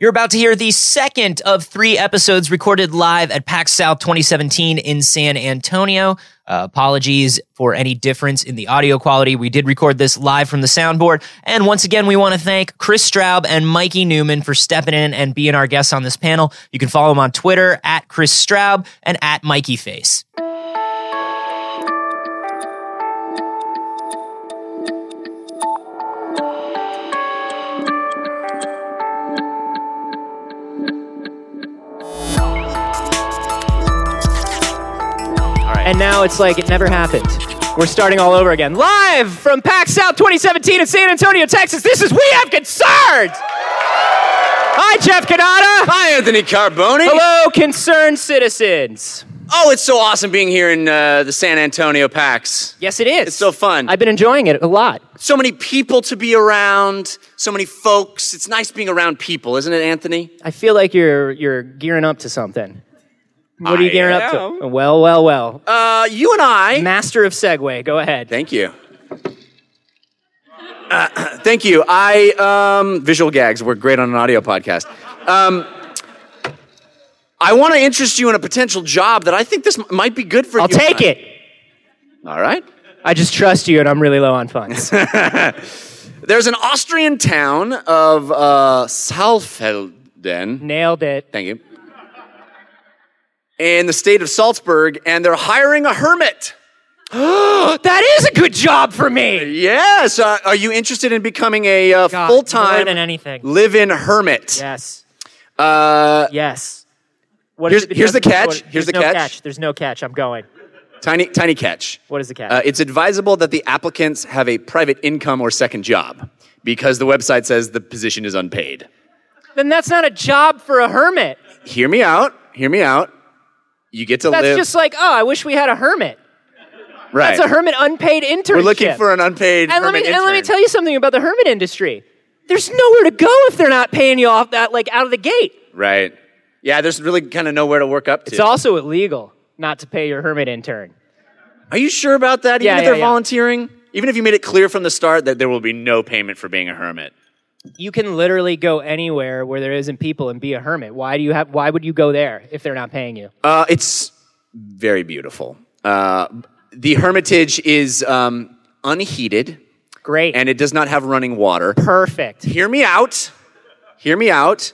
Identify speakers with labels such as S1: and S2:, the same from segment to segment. S1: You're about to hear the second of three episodes recorded live at PAX South 2017 in San Antonio. Uh, apologies for any difference in the audio quality. We did record this live from the soundboard. And once again, we want to thank Chris Straub and Mikey Newman for stepping in and being our guests on this panel. You can follow them on Twitter at Chris Straub and at Mikey Face.
S2: And now it's like it never happened. We're starting all over again. Live from PAX South 2017 in San Antonio, Texas. This is We Have Concerns! Hi, Jeff Canada!
S3: Hi, Anthony Carboni.
S2: Hello, concerned citizens.
S3: Oh, it's so awesome being here in uh, the San Antonio PAX.
S2: Yes, it is.
S3: It's so fun.
S2: I've been enjoying it a lot.
S3: So many people to be around, so many folks. It's nice being around people, isn't it, Anthony?
S2: I feel like you're you're gearing up to something. What are you
S3: I
S2: gearing up to?
S3: am.
S2: Well, well, well.
S3: Uh, you and I.
S2: Master of Segway, go ahead.
S3: Thank you. Uh, thank you. I um, visual gags work great on an audio podcast. Um, I want to interest you in a potential job that I think this m- might be good for
S2: I'll
S3: you. and
S2: take
S3: I.
S2: it.
S3: All right.
S2: I just trust you, and I'm really low on funds.
S3: There's an Austrian town of uh, Saalfelden.
S2: Nailed it.
S3: Thank you. In the state of Salzburg, and they're hiring a hermit.
S2: That is a good job for me.
S3: Yes. Uh, are you interested in becoming a uh,
S2: God,
S3: full time
S2: more than anything.
S3: live in hermit?
S2: Yes.
S3: Uh,
S2: Yes. What
S3: Here's-
S2: is it-
S3: here's the
S2: what-
S3: catch.
S2: what-
S3: Here's
S2: there's
S3: the
S2: no
S3: catch.
S2: There's no catch. I'm going.
S3: tiny, tiny catch.
S2: What is the catch?
S3: Uh, it's advisable that the applicants have a private income or second job because the website says the position is unpaid.
S2: then that's not a job for a hermit.
S3: Hear me out. Hear me out. You get to
S2: That's
S3: live.
S2: just like, oh, I wish we had a hermit.
S3: right.
S2: That's a hermit unpaid internship.
S3: We're looking for an unpaid
S2: and let me
S3: hermit
S2: and let me
S3: intern.
S2: tell you something about the hermit industry. There's nowhere to go if they're not paying you off that like out of the gate.
S3: Right. Yeah, there's really kind of nowhere to work up to.
S2: It's also illegal not to pay your hermit intern.
S3: Are you sure about that? Even
S2: Yeah,
S3: if
S2: yeah,
S3: they're
S2: yeah.
S3: volunteering? Even if you made it clear from the start that there will be no payment for being a hermit?
S2: You can literally go anywhere where there isn't people and be a hermit. Why do you have? Why would you go there if they're not paying you?
S3: Uh, it's very beautiful. Uh, the hermitage is um, unheated
S2: Great
S3: and it does not have running water.
S2: perfect.
S3: Hear me out. Hear me out.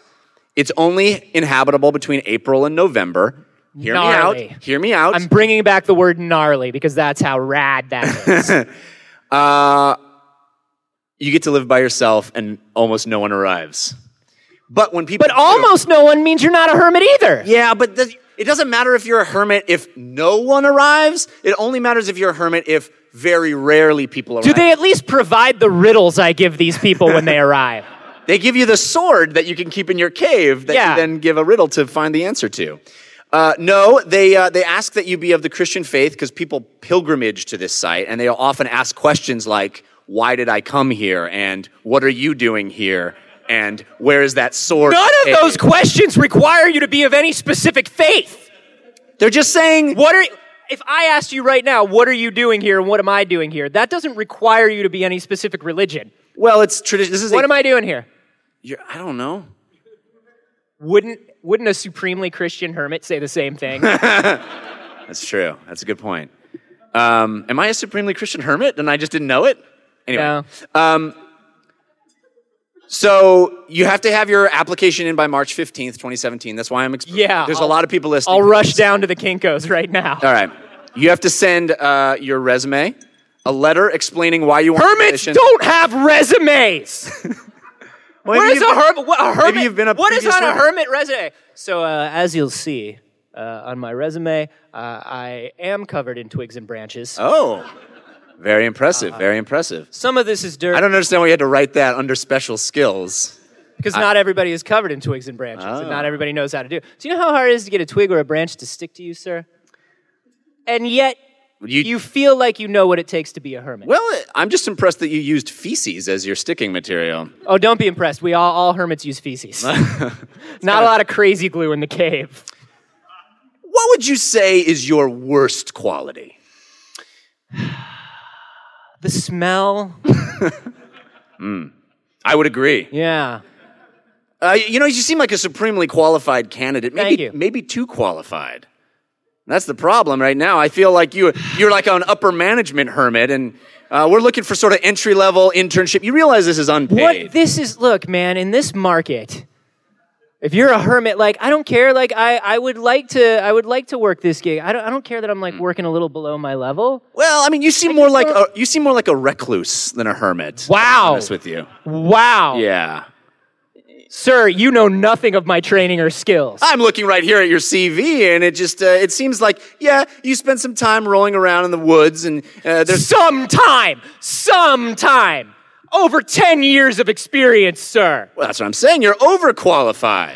S3: It's only inhabitable between April and November. Hear me
S2: Gnarly.
S3: out. Hear me out.
S2: I'm bringing back the word gnarly because that's how rad that is.
S3: Uh, you get to live by yourself and almost no one arrives. But when people
S2: but almost no one means you're not a hermit either.
S3: Yeah, but the, it doesn't matter if you're a hermit if no one arrives. It only matters if you're a hermit if very rarely people arrive.
S2: Do they at least provide the riddles I give these people when they arrive?
S3: They give you the sword that you can keep in your cave that
S2: Yeah.
S3: you then give a riddle to find the answer to. Uh, no, they, uh, they ask that you be of the Christian faith because people pilgrimage to this site and they often ask questions like, why did I come here? And what are you doing here? And where is that sword?
S2: None of
S3: cave?"
S2: those questions require you to be of any specific faith.
S3: They're just saying,
S2: What are if I asked you right now, what are you doing here and what am I doing here? That doesn't require you to be any specific religion.
S3: well, it's tradition. This is
S2: What
S3: a,
S2: am I doing here?
S3: You're, I don't know.
S2: Wouldn't wouldn't a supremely Christian hermit say the same thing?
S3: That's true. That's a good point. Um, am I a supremely Christian hermit and I just didn't know it? Anyway.
S2: no.
S3: So you have to have your application in by March 15th, 2017. That's why I'm exp-
S2: Yeah,
S3: There's
S2: I'll-
S3: a lot of people listening.
S2: I'll rush down to the Kinkos right now.
S3: All right. You have to send uh, your resume, a letter explaining why you want the
S2: Hermits
S3: position.
S2: don't have resumes.
S3: Well,
S2: what
S3: maybe
S2: is a
S3: you've-
S2: hermit? What, a hermit
S3: Maybe you've been a
S2: what is
S3: previous
S2: on a
S3: hermit.
S2: hermit resume? So, uh, as you'll see uh, on my resume, uh, I am covered in twigs and branches.
S3: Oh, very impressive.
S2: Uh-huh.
S3: Very impressive.
S2: Some of this is
S3: I
S2: dirt
S3: don't understand why you had to write that under special skills.
S2: because not everybody is covered in twigs and branches, and
S3: Oh.
S2: not everybody knows how to do. it. Do you know how hard it is to get a twig or a branch to stick to you, sir? And yet,
S3: You,
S2: you feel like you know what it takes to be a hermit.
S3: well, I'm just impressed that you used feces as your sticking material.
S2: Oh, don't be impressed. We all all hermits use feces. not a lot of crazy glue in the cave.
S3: What would you say is your worst quality?
S2: The smell.
S3: I would agree.
S2: Yeah.
S3: Uh, you know, you seem like a supremely qualified candidate. Maybe,
S2: Thank you.
S3: Maybe too qualified. That's the problem right now. I feel like you, you're like an upper management hermit, and uh, we're looking for sort of entry level internship. You realize this is unpaid.
S2: What this is, look, man, in this market, if you're a hermit, like I don't care. Like I, I would like to, I would like to work this gig. I don't, I don't care that I'm like working a little below my level.
S3: well, I mean, you seem more like a,
S2: don't-
S3: you seem more like a recluse than a hermit.
S2: Wow.
S3: to be honest with you.
S2: Wow,
S3: Yeah.
S2: sir, you know nothing of my training or skills.
S3: I'm looking right here at your CV, and it just uh, it seems like yeah, you spent some time rolling around in the woods, and uh, there's
S2: sometime, sometime, over ten years of experience, sir.
S3: well, that's what I'm saying. You're overqualified.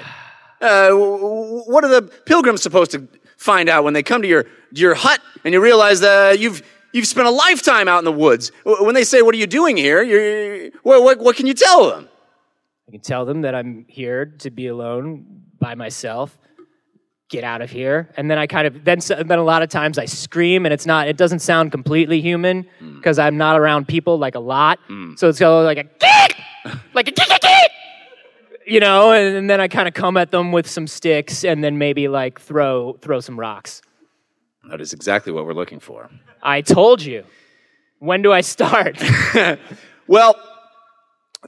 S3: Uh, w- w- what are the pilgrims supposed to find out when they come to your your hut and you realize that you've you've spent a lifetime out in the woods? W- When they say, "What are you doing here?" You're, what, what what can you tell them?
S2: I can tell them that I'm here to be alone by myself. Get out of here. And then I kind of then s- then a lot of times I scream and it's not it doesn't sound completely human because I'm not around people like a lot. So it's kind of like a kick, like a kick, kick, kick. You know, and, and then I kind of come at them with some sticks and then maybe like throw throw some rocks.
S3: That is exactly what we're looking for.
S2: I told you. When do I start?
S3: Well,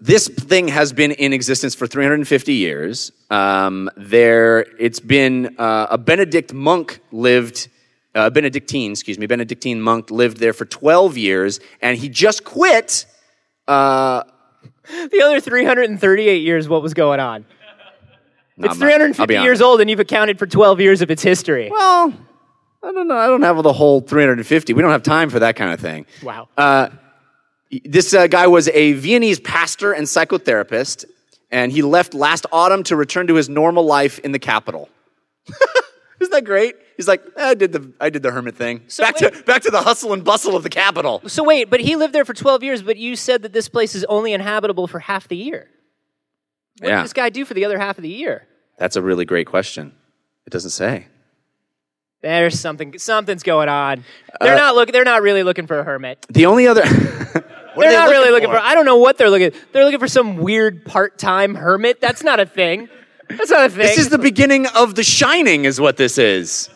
S3: this thing has been in existence for 350 years. Um, there, it's been uh, a Benedict monk lived, uh, Benedictine, excuse me, Benedictine monk lived there for 12 years, and he just quit. Uh,
S2: the other 338 years, what was going on?
S3: nah,
S2: It's
S3: I'm not- I'll be
S2: 350 years
S3: honest.
S2: old, and you've accounted for 12 years of its history.
S3: Well, I don't know. I don't have the whole 350. We don't have time for that kind of thing.
S2: Wow.
S3: uh, This uh, guy was a Viennese pastor and psychotherapist, and he left last autumn to return to his normal life in the capital. Isn't that great? He's like, "Eh, I did the I did the hermit thing. back to
S2: wait-
S3: back to the hustle and bustle of the capital.
S2: so wait, but he lived there for 12 years, but you said that this place is only inhabitable for half the year. What
S3: yeah,
S2: did this guy do for the other half of the year?
S3: that's a really great question. It doesn't say.
S2: There's something. Something's going on.
S3: Uh,
S2: They're not look. They're not really looking for a hermit.
S3: The only other they're
S2: They're not really looking for. I don't know what they're looking. They're looking for some weird part-time hermit. That's not a thing. That's not a thing.
S3: This is the beginning of The Shining, is what this is.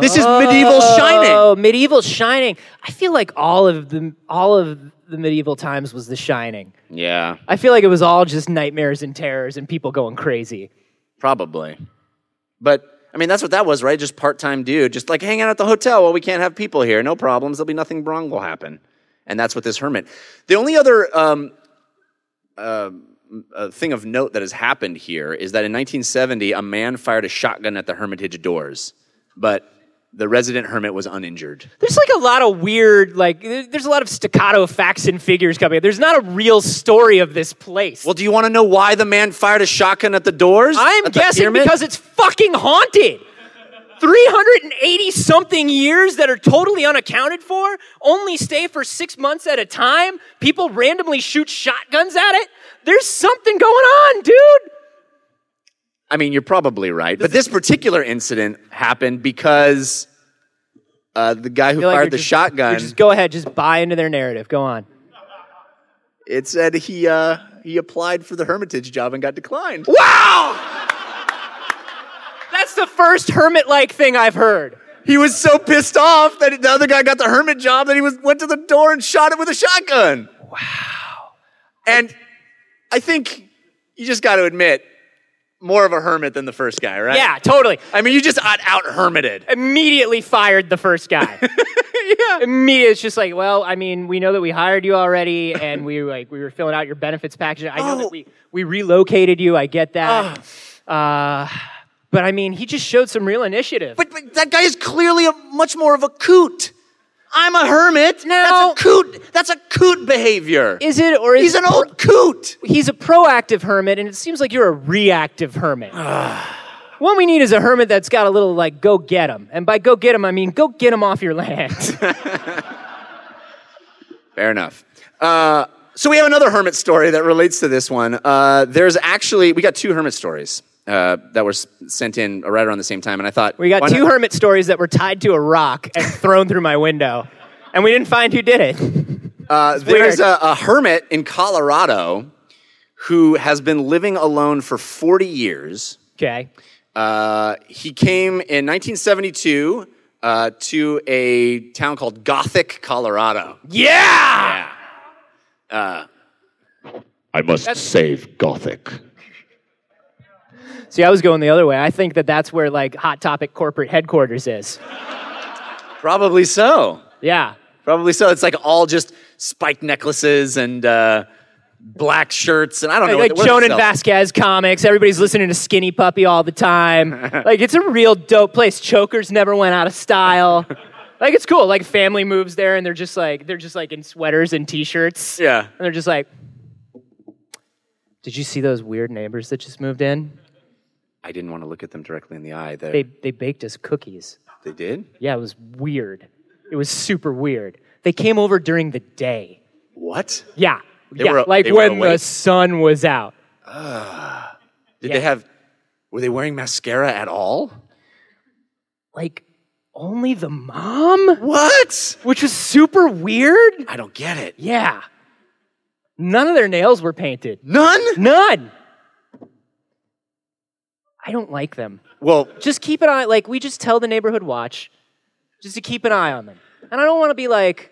S3: This is medieval Shining.
S2: Oh, medieval Shining. I feel like all of the all of the medieval times was The Shining.
S3: Yeah,
S2: I feel like it was all just nightmares and terrors and people going crazy.
S3: Probably. But I mean, that's what that was, right? Just part time dude, just like hanging out at the hotel. Well, we can't have people here. No problems. There'll be nothing wrong will happen. And that's what this hermit. The only other um, uh, uh, thing of note that has happened here is that in 1970, a man fired a shotgun at the hermitage doors, but the resident hermit was uninjured.
S2: There's like a lot of weird, like there- there's a lot of staccato facts and figures coming. There's not a real story of this place.
S3: Well, do you want to know why the man fired a shotgun at the doors?
S2: I'm
S3: At the
S2: guessing
S3: pyramid?
S2: because it's fucking haunted. 380 something years that are totally unaccounted for, only stay for six months at a time. People randomly shoot shotguns at it. There's something going on, dude.
S3: I mean, you're probably right, but this particular incident happened because uh, the guy who
S2: I feel like
S3: fired
S2: you're
S3: the
S2: just-
S3: shotgun.
S2: you're Just go ahead, just buy into their narrative. Go on.
S3: It said he uh, he applied for the hermitage job and got declined.
S2: Wow! That's the first hermit like thing I've heard.
S3: He was so pissed off that the other guy got the hermit job that he was went to the door and shot it with a shotgun. Wow. And I think you just got to admit more of a hermit than the first guy, right?
S2: Yeah, totally.
S3: I mean, you just out hermited.
S2: Immediately fired the first guy. yeah. Immediately, it's just like, well, I mean, we know that we hired you already, and we like we were filling out your benefits package. I know
S3: Oh.
S2: that we we relocated you. I get that. Uh, but I mean, he just showed some real initiative.
S3: But, but that guy is clearly a much more of a coot. I'm a hermit.
S2: No.
S3: That's a coot. That's a coot behavior.
S2: is it or is
S3: He's an old coot.
S2: he's a proactive hermit, and it seems like you're a reactive hermit.
S3: Ah.
S2: What we need is a hermit that's got a little like go get him, and by go get him I mean go get him off your land.
S3: Fair enough. Uh, so we have another hermit story that relates to this one. Uh, there's actually we got two hermit stories uh, that were s- sent in right around the same time, and I thought
S2: we got
S3: why
S2: two
S3: not-
S2: hermit stories that were tied to a rock and thrown through my window, and we didn't find who did it.
S3: Uh,
S2: weird.
S3: there's a, a hermit in Colorado who has been living alone for 40 years.
S2: Okay.
S3: Uh, he came in 1972 uh, to a town called Gothic, Colorado.
S2: Yeah!
S4: I must save Gothic.
S2: See, I was going the other way. I think that that's where like Hot Topic corporate headquarters is.
S3: Probably so.
S2: Yeah.
S3: Probably so. It's like all just spiked necklaces and uh, black shirts, and I don't know.
S2: Like,
S3: what- what
S2: Joan and
S3: else.
S2: Vasquez comics. Everybody's listening to Skinny Puppy all the time. like, it's a real dope place. Chokers never went out of style. like, it's cool. Like, family moves there, and they're just like they're just like in sweaters and t-shirts.
S3: Yeah.
S2: And they're just like, "Did you see those weird neighbors that just moved in?
S3: I didn't want to look at them directly in the eye. They,
S2: They
S3: they,
S2: they baked us cookies.
S3: did?
S2: Yeah, it was weird. It was super weird. They came over during the day.
S3: What?
S2: Yeah, yeah,
S3: were-
S2: like
S3: they were
S2: when the
S3: awake.
S2: sun was out.
S3: Did they have, were they wearing mascara at all?
S2: Like." Only the mom?
S3: What?
S2: which was super weird.
S3: I don't get it.
S2: Yeah. None of their nails were painted.
S3: None?
S2: None. I don't like them.
S3: Well,
S2: Just keep an eye, like, we just tell the neighborhood watch just to keep an eye on them. And I don't want to be like,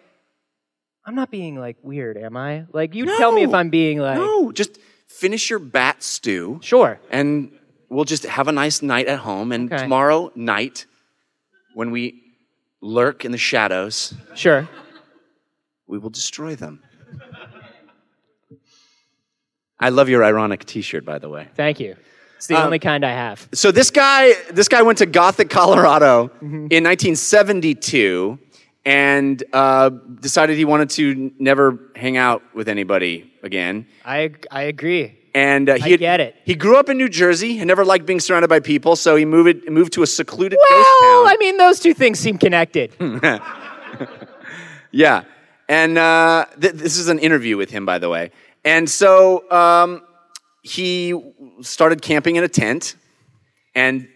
S2: I'm not being like weird, am I? Like, you tell me if
S3: No.
S2: I'm being like,
S3: no, just finish your bat stew
S2: sure.
S3: and we'll just have a nice night at home. And
S2: Okay.
S3: tomorrow night, when we lurk in the shadows,
S2: Sure.
S3: we will destroy them. I love your ironic t shirt, by the way.
S2: Thank you. It's the only kind I have.
S3: so this guy this guy went to Gothic, Colorado
S2: Mm-hmm.
S3: in 1972 and uh, decided he wanted to never hang out with anybody again.
S2: I, I agree.
S3: And uh, he
S2: I get it.
S3: He grew up in New Jersey and never liked being surrounded by people, so he moved moved to a secluded
S2: Well,
S3: ghost town.
S2: I mean, those two things seem connected.
S3: Yeah. And uh, th- this is an interview with him, by the way. And so um, he started camping in a tent and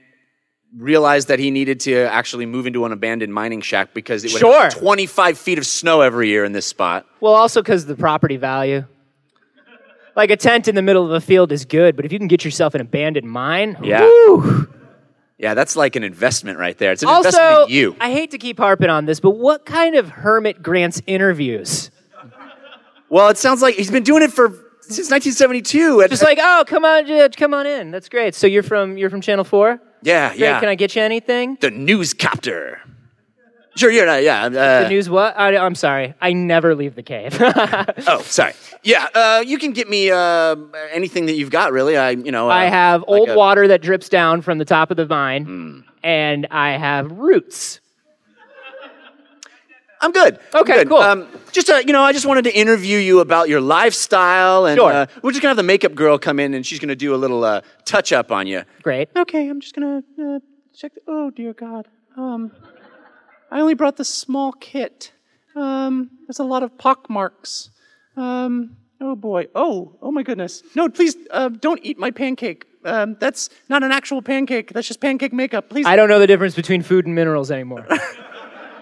S3: realized that he needed to actually move into an abandoned mining shack because it would have
S2: Sure.
S3: 25 feet of snow every year in this spot.
S2: Well, also because of the property value. Like a tent in the middle of a field is good, but if you can get yourself an abandoned mine,
S3: Yeah.
S2: woo!
S3: Yeah, that's like an investment right there. It's an
S2: Also,
S3: investment in you.
S2: I hate to keep harping on this, but what kind of hermit grants interviews?
S3: well, it sounds like he's been doing it for since 1972.
S2: Just like, oh, come on, Judge, come on in. That's great. So you're from you're from Channel Four. Great.
S3: yeah, yeah.
S2: Can I get you anything?
S3: the newscopter. Sure, yeah, yeah. Uh,
S2: The news? What? I, I'm sorry. I never leave the cave.
S3: Oh, sorry. Yeah, uh, you can get me uh, anything that you've got, really. I, you know, uh,
S2: I have
S3: like
S2: old
S3: a- Hmm.
S2: water that drips down from the top of the vine, and I have roots.
S3: I'm good. I'm
S2: Okay,
S3: good.
S2: cool.
S3: just uh, you know, I just wanted to interview you about your lifestyle, and
S2: Sure.
S3: uh, we're just gonna have the makeup girl come in, and she's gonna do a little uh, touch up on you.
S2: Great.
S5: Okay, I'm just gonna uh, check. The, oh dear God. Um, I only brought the small kit. Um, there's a lot of pock marks. Um, oh boy. Oh, oh my goodness. No, please uh, don't eat my pancake. Um, that's not an actual pancake. That's just pancake makeup. Please.
S2: I don't know the difference between food and minerals anymore.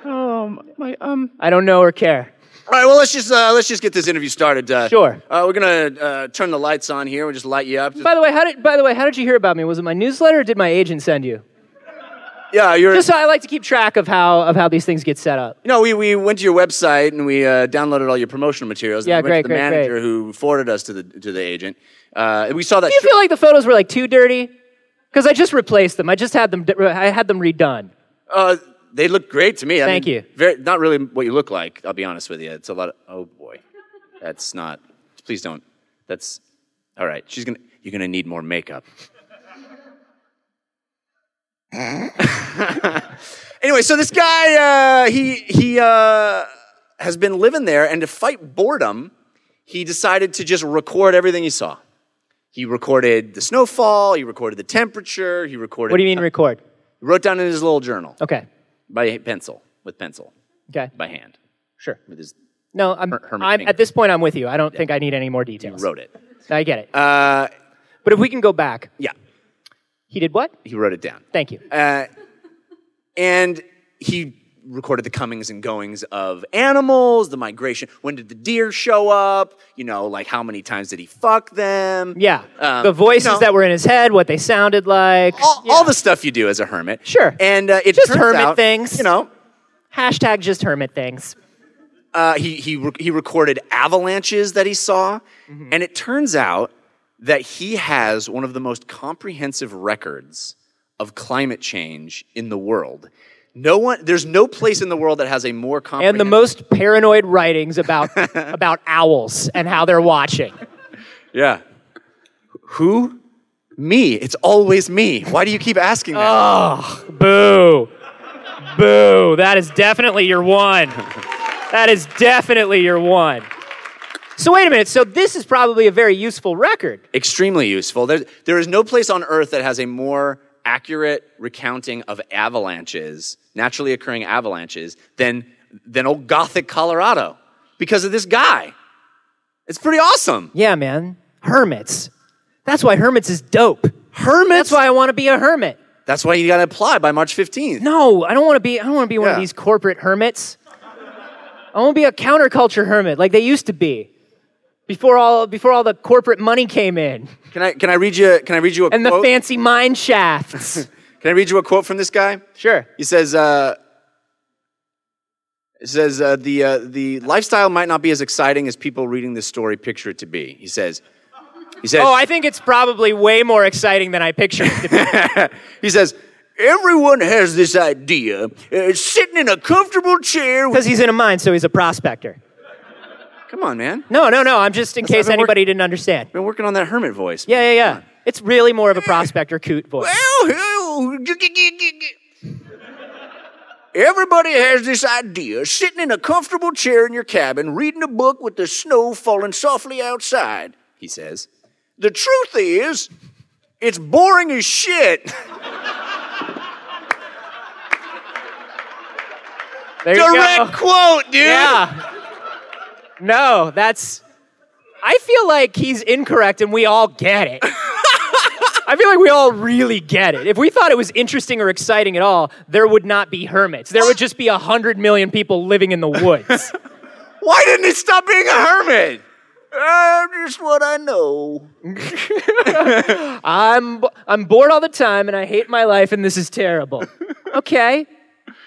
S5: um, my um.
S2: I don't know or care.
S3: All right, well, let's just uh, let's just get this interview started. Uh,
S2: Sure.
S3: Uh, we're gonna uh, turn the lights on here. We'll just light you up.
S2: By the way, how did by the way, how did you hear about me? Was it my newsletter or did my agent send you?
S3: yeah, you're.
S2: Just so I like to keep track of how of how these things get set up.
S3: No, we, we went to your website and we uh, downloaded all your promotional materials. and
S2: Yeah,
S3: we
S2: great,
S3: went to the
S2: great,
S3: manager
S2: great.
S3: who forwarded us to the to the agent. Uh, we saw that.
S2: Do you
S3: short-
S2: feel like the photos were like too dirty? Because I just replaced them. I just had them. I had them redone.
S3: Uh, they look great to me. I
S2: Thank
S3: mean,
S2: you.
S3: Very, not really what you look like. I'll be honest with you. It's a lot. Of, oh boy, that's not. Please don't. That's all right. She's gonna. You're gonna need more makeup. anyway, so this guy, uh, he he uh, has been living there, and to fight boredom, he decided to just record everything he saw. He recorded the snowfall. He recorded the temperature. He recorded.
S2: What do you mean record?
S3: Wrote down in his little journal
S2: Okay.
S3: by pencil with pencil
S2: Okay.
S3: by hand
S2: Sure.
S3: with his
S2: No, I'm,
S3: hermit
S2: I'm
S3: finger.
S2: at this point. I'm with you. I don't think I need any more details.
S3: wrote it
S2: I get it. Uh, but if we can go back,
S3: yeah
S2: he did what?
S3: Uh, he wrote it down
S2: Thank you.
S3: and he recorded the comings and goings of animals, the migration. When did the deer show up? You know, like how many times did he fuck them?
S2: Yeah.
S3: Um, Oh.
S2: the voices
S3: you know,
S2: that were in his head, what they sounded like.
S3: all, all the stuff you do as a hermit.
S2: Sure.
S3: And uh, it
S2: Just
S3: turns
S2: hermit
S3: out,
S2: things.
S3: You know,
S2: Hashtag just hermit things.
S3: uh, he he re- he recorded avalanches that he saw,
S2: Mm-hmm.
S3: and it turns out that he has one of the most comprehensive records of climate change in the world. No one, there's no place in the world that has a more comprehensive.
S2: And the most paranoid writings about about owls and how they're watching.
S3: yeah, who? Me. It's always me. Why do you keep asking that?
S2: Boo. Boo. That is definitely your one. That is definitely your one. So wait a minute. So this is probably a very useful record.
S3: extremely useful. There, there is no place on earth that has a more accurate recounting of avalanches, naturally occurring avalanches, than than old Gothic Colorado because of this guy. It's pretty awesome.
S2: Yeah, man. Hermits. That's why hermits is dope. That's
S3: Hermits.
S2: why I want to be a hermit.
S3: That's why you got to apply by March 15th.
S2: No, I don't want to be. I don't want to be one of
S3: Yeah.
S2: these corporate hermits. I want to be a counterculture hermit, like they used to be, before all before all the corporate money came in
S3: Can I can I read you can I read you a
S2: and the
S3: quote?
S2: fancy mine shafts.
S3: can I read you a quote from this guy?
S2: sure.
S3: He says, uh, it says uh, the, uh, the lifestyle might not be as exciting as people reading this story picture it to be. He says, he says,
S2: Oh, I think it's probably way more exciting than I pictured. it to be.
S3: He says, Everyone has this idea uh, sitting in a comfortable chair. With-
S2: Because he's in a mine, so he's a prospector.
S3: Come on, man.
S2: No, no, no. I'm just in case
S3: been work-
S2: anybody didn't understand.
S3: Been working on that hermit voice.
S2: Yeah, yeah, yeah. It's really more of a prospector coot voice.
S3: Everybody has this idea sitting in a comfortable chair in your cabin, reading a book with the snow falling softly outside, he says. The truth is, it's boring as shit.
S2: There you go.
S3: Direct quote, dude.
S2: Yeah. No, that's. I feel like he's incorrect and we all get it. I feel like we all really get it. If we thought it was interesting or exciting at all, there would not be hermits. There would just be a hundred million people living in the woods.
S3: Why didn't he stop being a hermit? Uh, just what I know.
S2: I'm, bo- I'm bored all the time and I hate my life and this is terrible. Okay.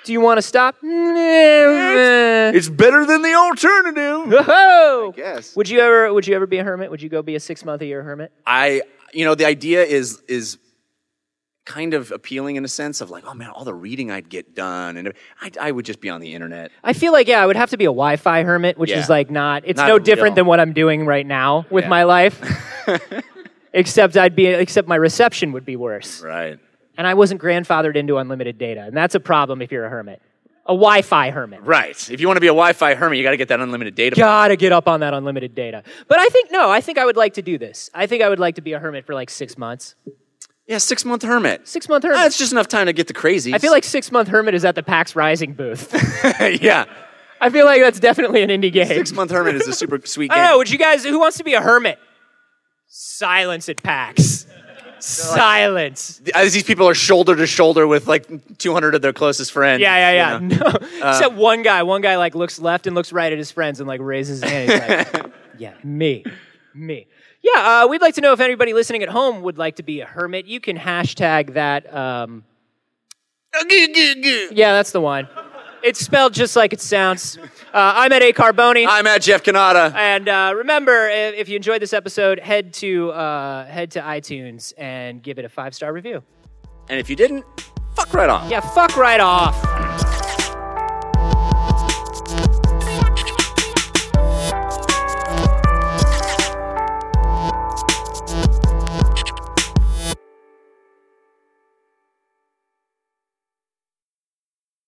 S2: Do you want to stop?
S3: It's better than the alternative.
S2: Whoa!
S3: guess.
S2: Would you ever? Would you ever be a hermit? Would you go be a six month a year hermit?
S3: I, you know, the idea is is kind of appealing in a sense of like, oh man, all the reading I'd get done, and I, I would just be on the internet.
S2: I feel like yeah, I would have to be a Wi-Fi hermit, which
S3: Yeah.
S2: is like not. It's
S3: Not
S2: no different
S3: real.
S2: than what I'm doing right now with
S3: Yeah.
S2: my life. except I'd be. Except my reception would be worse,
S3: Right.
S2: and I wasn't grandfathered into unlimited data, and that's a problem if you're a hermit, a Wi-Fi hermit.
S3: Right. If you want to be a Wi-Fi hermit, you got to get that unlimited data.
S2: Gotta get up on that unlimited data. But I think no, I think I would like to do this. I think I would like to be a hermit for like six months.
S3: Yeah, six month hermit.
S2: Six month hermit.
S3: That's just enough time to get the crazies.
S2: I feel like six month hermit is at the PAX Rising booth.
S3: yeah,
S2: I feel like that's definitely an indie game.
S3: six month hermit is a super sweet game.
S2: Oh, would you guys? Who wants to be a hermit? Silence at PAX. Silence.
S3: As these people are shoulder to shoulder with like 200 of their closest friends.
S2: Yeah, yeah, yeah.
S3: you know? Uh,
S2: No. Except one guy. One guy like looks left and looks right at his friends and like raises his hand. He's like, "Yeah, me, me." Yeah, uh, we'd like to know if anybody listening at home would like to be a hermit. You can hashtag that. Um, yeah, that's the one. It's spelled just like it sounds. Uh, I'm at A Carboni.
S3: I'm at Jeff Canada.
S2: And uh, remember, i- if you enjoyed this episode, head to uh, head to iTunes and give it a five star review.
S3: And if you didn't, fuck right off.
S2: Yeah, fuck right off.